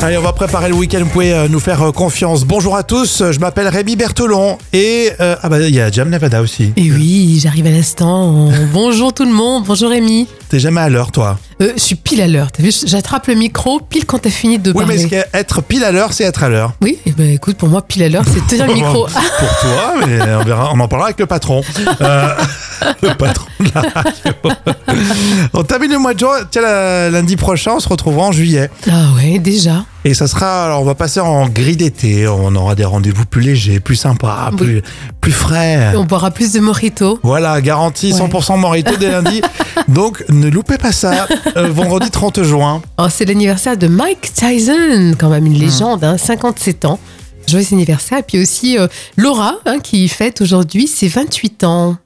Allez, on va préparer le week-end. Vous pouvez euh, nous faire euh, confiance. Bonjour à tous. euh, Je m'appelle Rémi Berthelon et euh, ah bah il y a Jam Nevada aussi. Et Eh oui, j'arrive à l'instant. Bonjour tout le monde, bonjour Rémi. T'es jamais à l'heure, toi. Euh, je suis pile à l'heure, t'as vu, j'attrape le micro pile quand t'as fini de Oui, mais parler. ce qu'est être pile à l'heure, c'est être à l'heure. Oui, eh ben, écoute, pour moi, pile à l'heure, c'est tenir Oh, le micro. Ah, Pour toi, mais on, verra, on en parlera avec le patron. Euh, le patron de la radio. On termine le mois de juin. Tiens, la- lundi prochain, on se retrouvera en juillet. ah ouais, déjà. Et ça sera, alors on va passer en grille d'été. On aura des rendez-vous plus légers, plus sympas, plus, plus frais. On boira plus de mojito. Voilà, garantie Ouais. 100% morito dès lundi. Donc ne loupez pas ça, euh, vendredi 30 juin. Alors, Oh, c'est l'anniversaire de Mike Tyson, quand même une légende, hein, 57 ans. Joyeux anniversaire. Et puis aussi euh, Laura, hein, qui fête aujourd'hui ses 28 ans.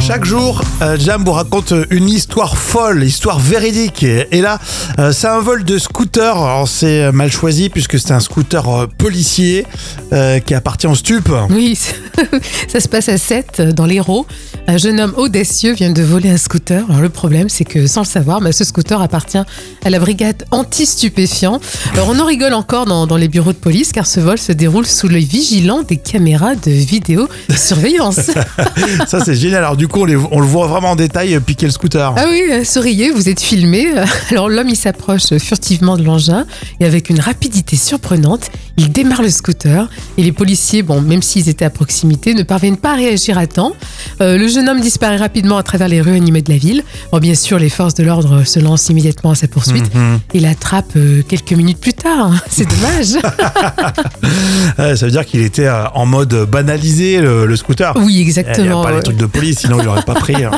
Chaque jour, euh, Jam vous raconte une histoire folle, histoire véridique. Et, et là, euh, c'est un vol de scooter. Alors c'est euh, mal choisi puisque c'est un scooter euh, policier euh, qui appartient au stup. Oui, ça se passe à 7 dans l'Hérault. Un jeune homme audacieux vient de voler un scooter. Alors le problème, c'est que sans le savoir, bah, ce scooter appartient à la brigade anti-stupéfiants. Alors on en rigole encore dans, dans les bureaux de police car ce vol se déroule sous le vigilant des caméras de vidéosurveillance. Ça c'est génial. Alors du coup, on, les- on le voit vraiment en détail euh, piquer le scooter. ah oui, euh, souriez, vous êtes filmé. Alors l'homme, il s'approche furtivement de l'engin et avec une rapidité surprenante, il démarre le scooter. Et les policiers, bon, même s'ils étaient à proximité, ne parviennent pas à réagir à temps. Euh, le jeune homme disparaît rapidement à travers les rues animées de la ville. Bon, bien sûr, les forces de l'ordre se lancent immédiatement à sa poursuite Mhm. et l'attrapent euh, quelques minutes plus tard. hein. C'est dommage. Ouais, ça veut dire qu'il était euh, en mode banalisé le, le scooter. oui, Il n'y Eh, a exactement. pas les trucs de police, sinon il n'aurait pas pris. hein.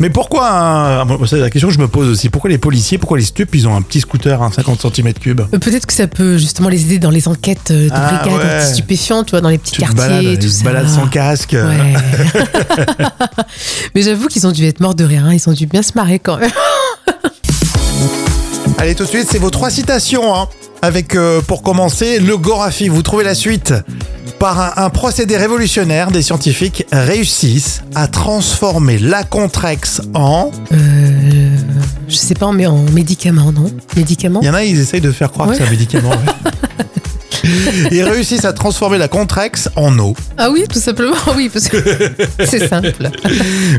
Mais pourquoi hein, bon, C'est la question que je me pose aussi. Pourquoi les policiers, pourquoi les stupes, ils ont un petit scooter, hein, 50 cm3 Euh, Peut-être que ça peut justement les aider dans les enquêtes euh, de Ah, brigades ouais. anti-stupéfiants, tu vois, dans les petits Tu te quartiers, balades, tout ils se ça. baladent sans casque. Ouais. Mais j'avoue qu'ils ont dû être morts de rire, hein. ils ont dû bien se marrer quand même. Allez, tout de suite, c'est vos trois citations. hein. avec, euh, pour commencer, le Gorafi. Vous trouvez la suite par un, un procédé révolutionnaire, des scientifiques réussissent à transformer la contrex en... Euh, je sais pas, mais en médicament, non Médicament Il y en a, ils essayent de faire croire Ouais. que c'est un médicament. ouais. Ils réussissent à transformer la contrex en eau. Ah oui, tout simplement, oui, parce que c'est simple.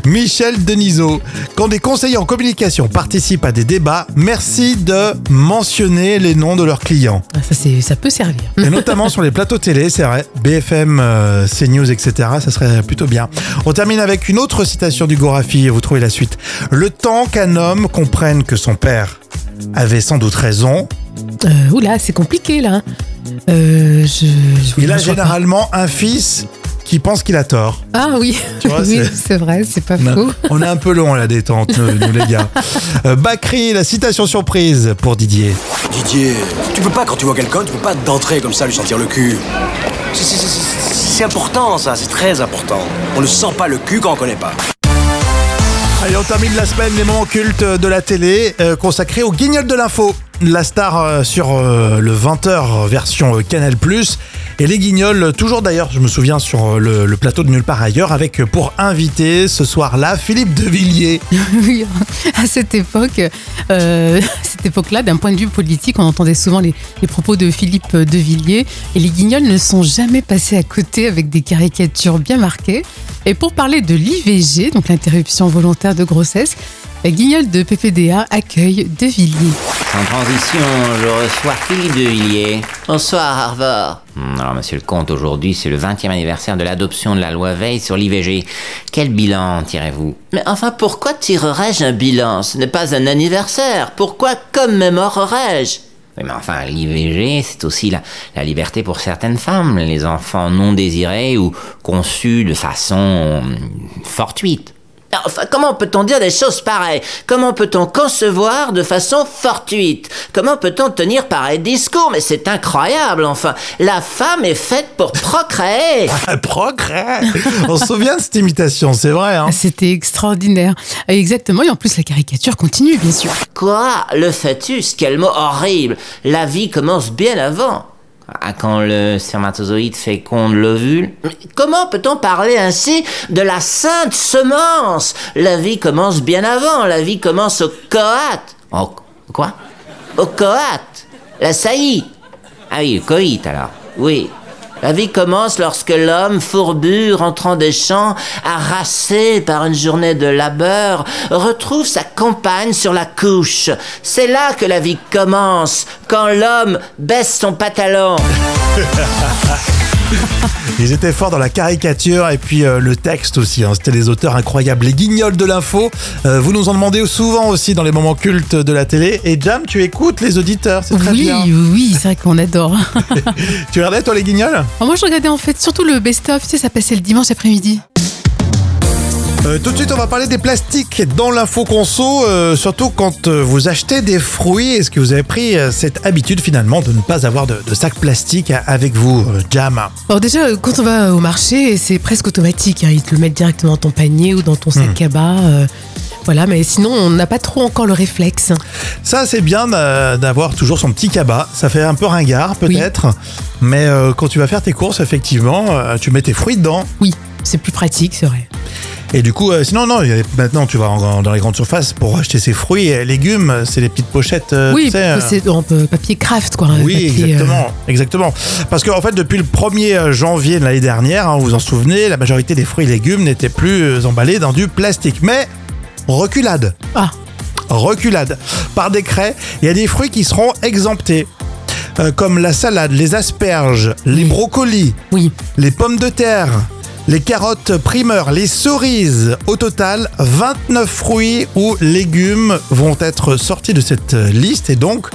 Michel Denisot. Quand des conseillers en communication participent à des débats, merci de mentionner les noms de leurs clients. Ah, Ça, c'est- ça peut servir. Hum, Et notamment sur les plateaux télé, c'est vrai. BFM, euh, CNews, etc. Ça serait plutôt bien. On termine avec une autre citation du Gorafi et vous trouvez la suite. Le temps qu'un homme comprenne que son père avait sans doute raison, Euh, oula, c'est compliqué là. Euh, je, je- il a je vois pas. généralement un fils qui pense qu'il a tort. Ah oui, Tu vois, oui c'est- c'est vrai, c'est pas On a- faux. On est un peu long à la détente, nous, nous, les gars. Euh, Bakri, la citation surprise pour Didier. Didier, tu peux pas, quand tu vois quelqu'un, tu peux pas d'entrer comme ça lui sentir le cul. C'est- c'est- C'est c'est- c'est important, ça, c'est très important. On ne sent pas le cul quand on connaît pas. Allez, on termine la semaine les moments cultes de la télé euh, consacrés au guignol de l'info. La star euh, sur euh, le 20h version euh, Canal+, et les guignols, euh, toujours d'ailleurs, je me souviens, sur euh, le, le plateau de Nulle part ailleurs, avec euh, pour invité ce soir-là Philippe de Villiers. Oui, à cette époque, euh, cette époque-là, d'un point de vue politique, on entendait souvent les, les propos de Philippe de Villiers et les Guignols ne sont jamais passés à côté avec des caricatures bien marquées. Et pour parler de l'IVG, donc l'interruption volontaire de grossesse, la Guignol de PPDA accueille de Villiers. En transition, je reçois Philippe de Villiers. Bonsoir, Harvard. Hmm, Alors, monsieur le comte, aujourd'hui, c'est le 20e anniversaire de l'adoption de la loi Veil sur l'IVG. Quel bilan tirez-vous Mais enfin, pourquoi tirerais-je un bilan Ce n'est pas un anniversaire. Pourquoi commémorerais-je Oui, mais enfin, l'IVG, c'est aussi la, la liberté pour certaines femmes, les enfants non désirés ou conçus de façon hmm, fortuite. Ah, Enfin, comment peut-on dire des choses pareilles Comment peut-on concevoir de façon fortuite Comment peut-on tenir pareil discours Mais c'est incroyable, enfin. La femme est faite pour procréer. Ah, Progrès On se souvient de cette imitation, c'est vrai. Hein Ah, C'était extraordinaire. Et exactement, et en plus la caricature continue, bien sûr. Quoi Le fœtus Quel mot horrible La vie commence bien avant. Ah, quand le spermatozoïde féconde l'ovule, Mais Comment peut-on parler ainsi de la sainte semence La vie commence bien avant. La vie commence au coat. oh, quoi Au coat La saillie Ah oui, le coït alors. Oui. La vie commence lorsque l'homme, fourbu, rentrant des champs, harassé par une journée de labeur, retrouve sa compagne sur la couche. C'est là que la vie commence, quand l'homme baisse son pantalon. Ils étaient forts dans la caricature et puis euh, le texte aussi. hein. C'était des auteurs incroyables. Les guignols de l'info. Euh, vous nous en demandez souvent aussi dans les moments cultes de la télé. Et Jam, tu écoutes les auditeurs. C'est très oui, bien. oui, oui, c'est vrai qu'on adore. Alors Tu regardais toi les guignols moi, je regardais en fait surtout le best-of, tu sais, ça passait le dimanche après-midi. Euh, Tout de suite, on va parler des plastiques dans l'info conso. euh, surtout quand euh, vous achetez des fruits. Est-ce que vous avez pris euh, cette habitude finalement de ne pas avoir de, de sac plastique à- avec vous, euh, Jam Alors déjà, euh, quand on va au marché, c'est presque automatique. hein. Ils te le mettent directement dans ton panier ou dans ton Hmm. sac à bas. euh, voilà, mais sinon, on n'a pas trop encore le réflexe. hein. Ça, c'est bien d'a- d'avoir toujours son petit cabas. Ça fait un peu ringard, peut-être. Mais euh, quand tu vas faire tes courses, effectivement, euh, tu mets tes fruits dedans. Oui, c'est plus pratique, c'est vrai. Et du coup, euh, sinon, non, il y a- maintenant, tu vas en- dans les grandes surfaces pour acheter ses fruits et légumes. euh, C'est les petites pochettes. euh, oui, tu sais, parce que euh, c'est en euh, papier craft, quoi. hein, oui, papier, euh, exactement, exactement. Parce qu'en fait, depuis le 1er janvier de l'année dernière, hein, vous vous en souvenez, la majorité des fruits et légumes n'étaient plus euh, emballés dans du plastique. Mais reculade. Ah, reculade. Par décret, il y a des fruits qui seront exemptés, euh, comme la salade, les asperges, les brocolis, oui. les pommes de terre, les carottes primeurs, les cerises. Au total, 29 fruits ou légumes vont être sortis de cette euh, liste et donc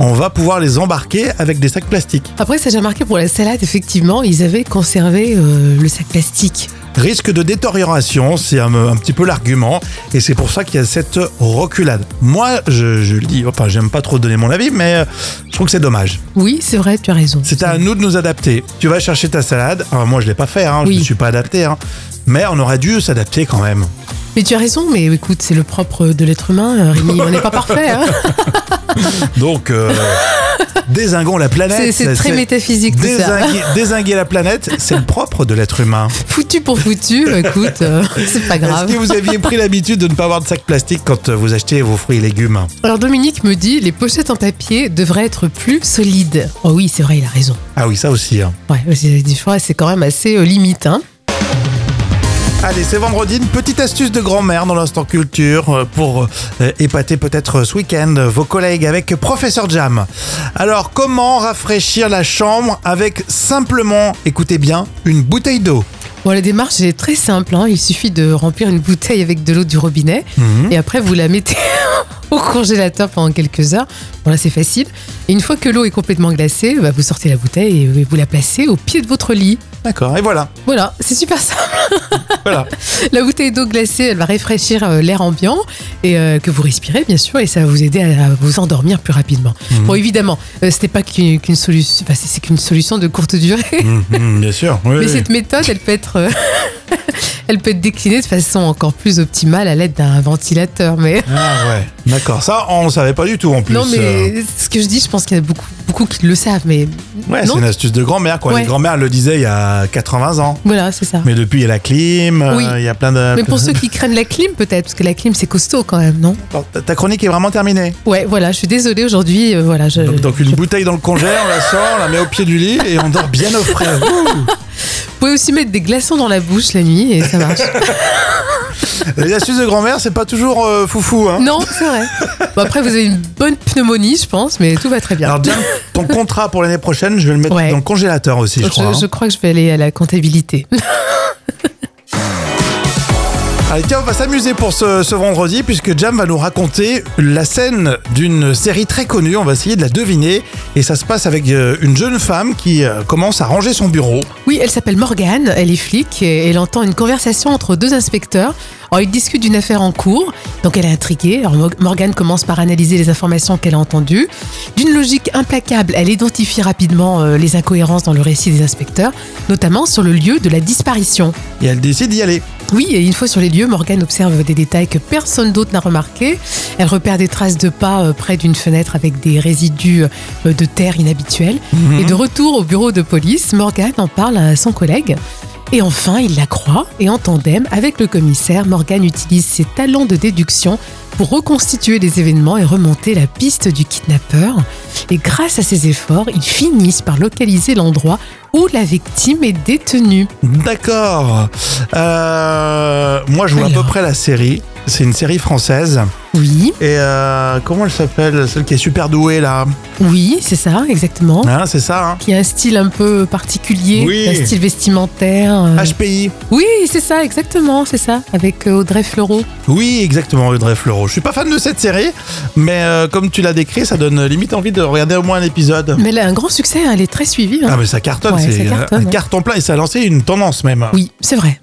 on va pouvoir les embarquer avec des sacs plastiques. Après, ça j'ai remarqué pour la salade, effectivement, ils avaient conservé euh, le sac plastique. Risque de détérioration, c'est un, un petit peu l'argument, et c'est pour ça qu'il y a cette reculade. Moi, je, je le dis, enfin, j'aime pas trop donner mon avis, mais euh, je trouve que c'est dommage. Oui, c'est vrai, tu as raison. C'est à nous de nous adapter. Tu vas chercher ta salade. Alors, moi, je l'ai pas fait, hein, je Oui. ne suis pas adapté. hein. Mais on aurait dû s'adapter quand même. Mais tu as raison, mais écoute, c'est le propre de l'être humain, euh, Rémi, on n'est pas parfait. hein. Donc, euh, désinguons la planète. C'est- c'est très métaphysique tout ça. Désinguer, désinguer la planète, c'est le propre de l'être humain. Foutu pour foutu, écoute, euh, c'est pas Est-ce grave. que vous aviez pris l'habitude de ne pas avoir de sac plastique quand euh, vous achetez vos fruits et légumes Alors Dominique me dit, les pochettes en papier devraient être plus solides. Oh oui, c'est vrai, il a raison. Ah oui, ça aussi. hein. Ouais, j'ai des fois, c'est quand même assez euh, limite. Hein. Allez, c'est vendredi, une petite astuce de grand-mère dans l'instant culture euh, pour euh, épater peut-être euh, ce week-end euh, vos collègues avec Professeur Jam. Alors, comment rafraîchir la chambre avec simplement, écoutez bien, une bouteille d'eau Bon, la démarche est très simple. hein. Il suffit de remplir une bouteille avec de l'eau du robinet et après vous la mettez au congélateur pendant quelques heures. Bon, là c'est facile. Et une fois que l'eau est complètement glacée, bah, vous sortez la bouteille et vous la placez au pied de votre lit. D'accord, et voilà. Voilà, c'est super simple. voilà. La bouteille d'eau glacée, elle va réfraîchir euh, l'air ambiant et euh, que vous respirez bien sûr et ça va vous aider à, à vous endormir plus rapidement. Mhm. Bon, évidemment, euh, c'était pas qu'une qu'une solution, enfin, c'est c'est qu'une solution de courte durée. Mhm, bien sûr. Mais cette méthode, elle peut être, euh, elle peut être déclinée de façon encore plus optimale à l'aide d'un ventilateur. Mais Ah ouais, d'accord. Ça, on ne savait pas du tout en plus. euh, non, mais ce que je dis, je pense qu'il y a beaucoup, beaucoup qui le savent. Mais Ouais, non. c'est une astuce de grand-mère. Quoi. Ouais. Les grand-mères le disaient il y a 80 ans. voilà, c'est ça. Mais Mais, depuis, il y a la clim, euh, Oui. il y a plein de... pour ceux qui craignent la clim, peut-être, parce que la clim, c'est costaud quand même, non Ta chronique est vraiment terminée. Ouais, voilà. Je suis désolée aujourd'hui. euh, voilà, je, Donc, donc une bouteille dans le congélateur, on la sort, on la met au pied du lit et on dort bien au frais. Ouh. vous pouvez aussi mettre des glaçons dans la bouche la nuit et ça marche. Les astuces de grand-mère, c'est pas toujours euh, foufou. Hein. non, c'est vrai. Bon, après, vous avez une bonne pneumonie, je pense, mais tout va très bien. Alors Jam, ton contrat pour l'année prochaine, je vais le mettre Ouais. dans le congélateur aussi, je je, crois. hein. je crois que je vais aller à la comptabilité. Allez, tiens, on va s'amuser pour ce, ce vendredi puisque Jam va nous raconter la scène d'une série très connue. On va essayer de la deviner et ça se passe avec euh, une jeune femme qui euh, commence à ranger son bureau. Oui, elle s'appelle Morgane, elle est flic et elle entend une conversation entre deux inspecteurs. Alors, ils discutent d'une affaire en cours, donc elle est intriguée. Alors, Mo- Morgane commence par analyser les informations qu'elle a entendues. D'une logique implacable, elle identifie rapidement euh, les incohérences dans le récit des inspecteurs, notamment sur le lieu de la disparition. Et elle décide d'y aller. Oui, et une fois sur les lieux, Morgane observe des détails que personne d'autre n'a remarqués. Elle repère des traces de pas euh, près d'une fenêtre avec des résidus euh, de terre inhabituels. Et de retour au bureau de police, Morgane en parle à son collègue. Et enfin, il la croit et en tandem avec le commissaire, Morgan utilise ses talents de déduction pour reconstituer les événements et remonter la piste du kidnappeur. Et grâce à ses efforts, ils finissent par localiser l'endroit où la victime est détenue. D'accord. Euh, moi, je vois à Alors. peu près la série. C'est une série française. Oui, Et euh, comment elle s'appelle Celle qui est super douée, là. oui, c'est ça, exactement. Hein, c'est ça, hein Qui a un style un peu particulier, Oui. Ah, un style vestimentaire. euh. HPI. Oui, c'est ça, exactement, c'est ça, avec euh, Audrey Fleurot. Oui, exactement, Audrey Fleurot. Je suis pas fan de cette série, mais euh, comme tu l'as décrit, ça donne limite envie de regarder au moins un épisode. Mais elle a un grand succès, hein, elle est très suivie. hein. Ah, mais ça cartonne, Ouais, c'est ça cartonne, un ouais. carton plein et ça a lancé une tendance même. Oui, c'est vrai.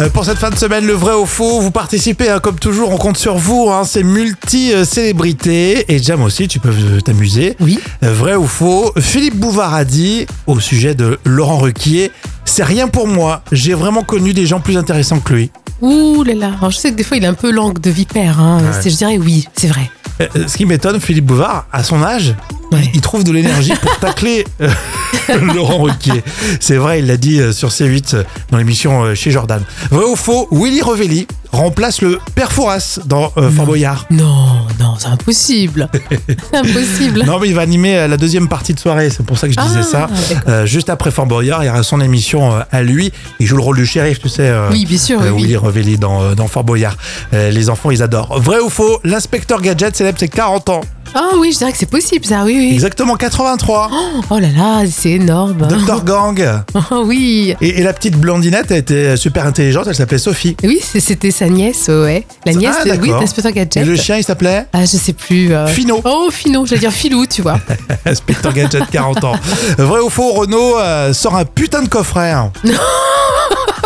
Euh, pour cette fin de semaine, le vrai ou faux, vous participez, hein, comme toujours, on compte sur vous, hein, c'est multi-célébrité. Et Jam aussi, tu peux euh, t'amuser. Oui. Euh, Vrai ou faux, Philippe Bouvard a dit, au sujet de Laurent Ruquier, c'est rien pour moi, j'ai vraiment connu des gens plus intéressants que lui. Ouh là là. Alors, je sais que des fois, il a un peu langue de vipère. hein. Ouais. C'est- Je dirais oui, c'est vrai. Euh, euh, Ce qui m'étonne, Philippe Bouvard, à son âge, Ouais. il trouve de l'énergie pour tacler euh, Laurent Ruquier. C'est vrai, il l'a dit euh, sur C8 euh, dans l'émission euh, chez Jordan. Vrai ou faux, Willy Revelli remplace le père Fouras dans euh, Fort Boyard. Non, non, c'est impossible. C'est impossible. Non, mais il va animer euh, la deuxième partie de soirée, c'est pour ça que je disais Ah, ça. d'accord. Euh, juste après Fort Boyard, il y aura son émission euh, à lui. Il joue le rôle du shérif, tu sais. euh, Oui, bien sûr. euh, oui. Willy Revelli dans, euh, dans Fort Boyard. Euh, les enfants, ils adorent. Vrai ou faux, l'inspecteur Gadget célèbre ses 40 ans. Ah oui, je dirais que c'est possible, ça. Oui, oui. Exactement 83. Oh là là, c'est énorme. Dr Gang. Ah oui. Et, et la petite blondinette, elle était super intelligente, elle s'appelait Sophie. Oui, c'est- c'était sa nièce, ouais. La Ah, nièce de oui, d'accord. l'inspecteur Gadget. Et le chien, il s'appelait Ah, je sais plus. euh. Finot. Oh, Fino, j'allais dire Filou, tu vois. Inspecteur Gadget, 40 ans. Vrai ou faux, Renault euh, sort un putain de coffret. hein.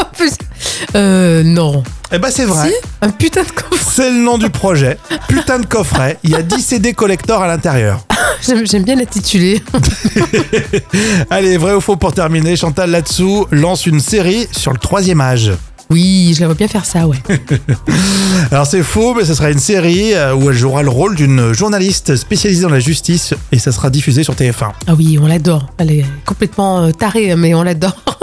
En plus, euh, non. Eh ben, c'est vrai. Si Un putain de coffre. C'est le nom du projet. Putain de coffret. Il y a 10 CD collector à l'intérieur. J'aime j'aime bien l'intitulé. Allez, vrai ou faux pour terminer, Chantal là-dessous lance une série sur le troisième âge. Oui, je la vois bien faire ça, ouais. Alors c'est faux, mais ce sera une série euh, où elle jouera le rôle d'une journaliste spécialisée dans la justice et ça sera diffusé sur TF1. Ah oui, on l'adore. Elle est complètement euh, tarée, mais on l'adore.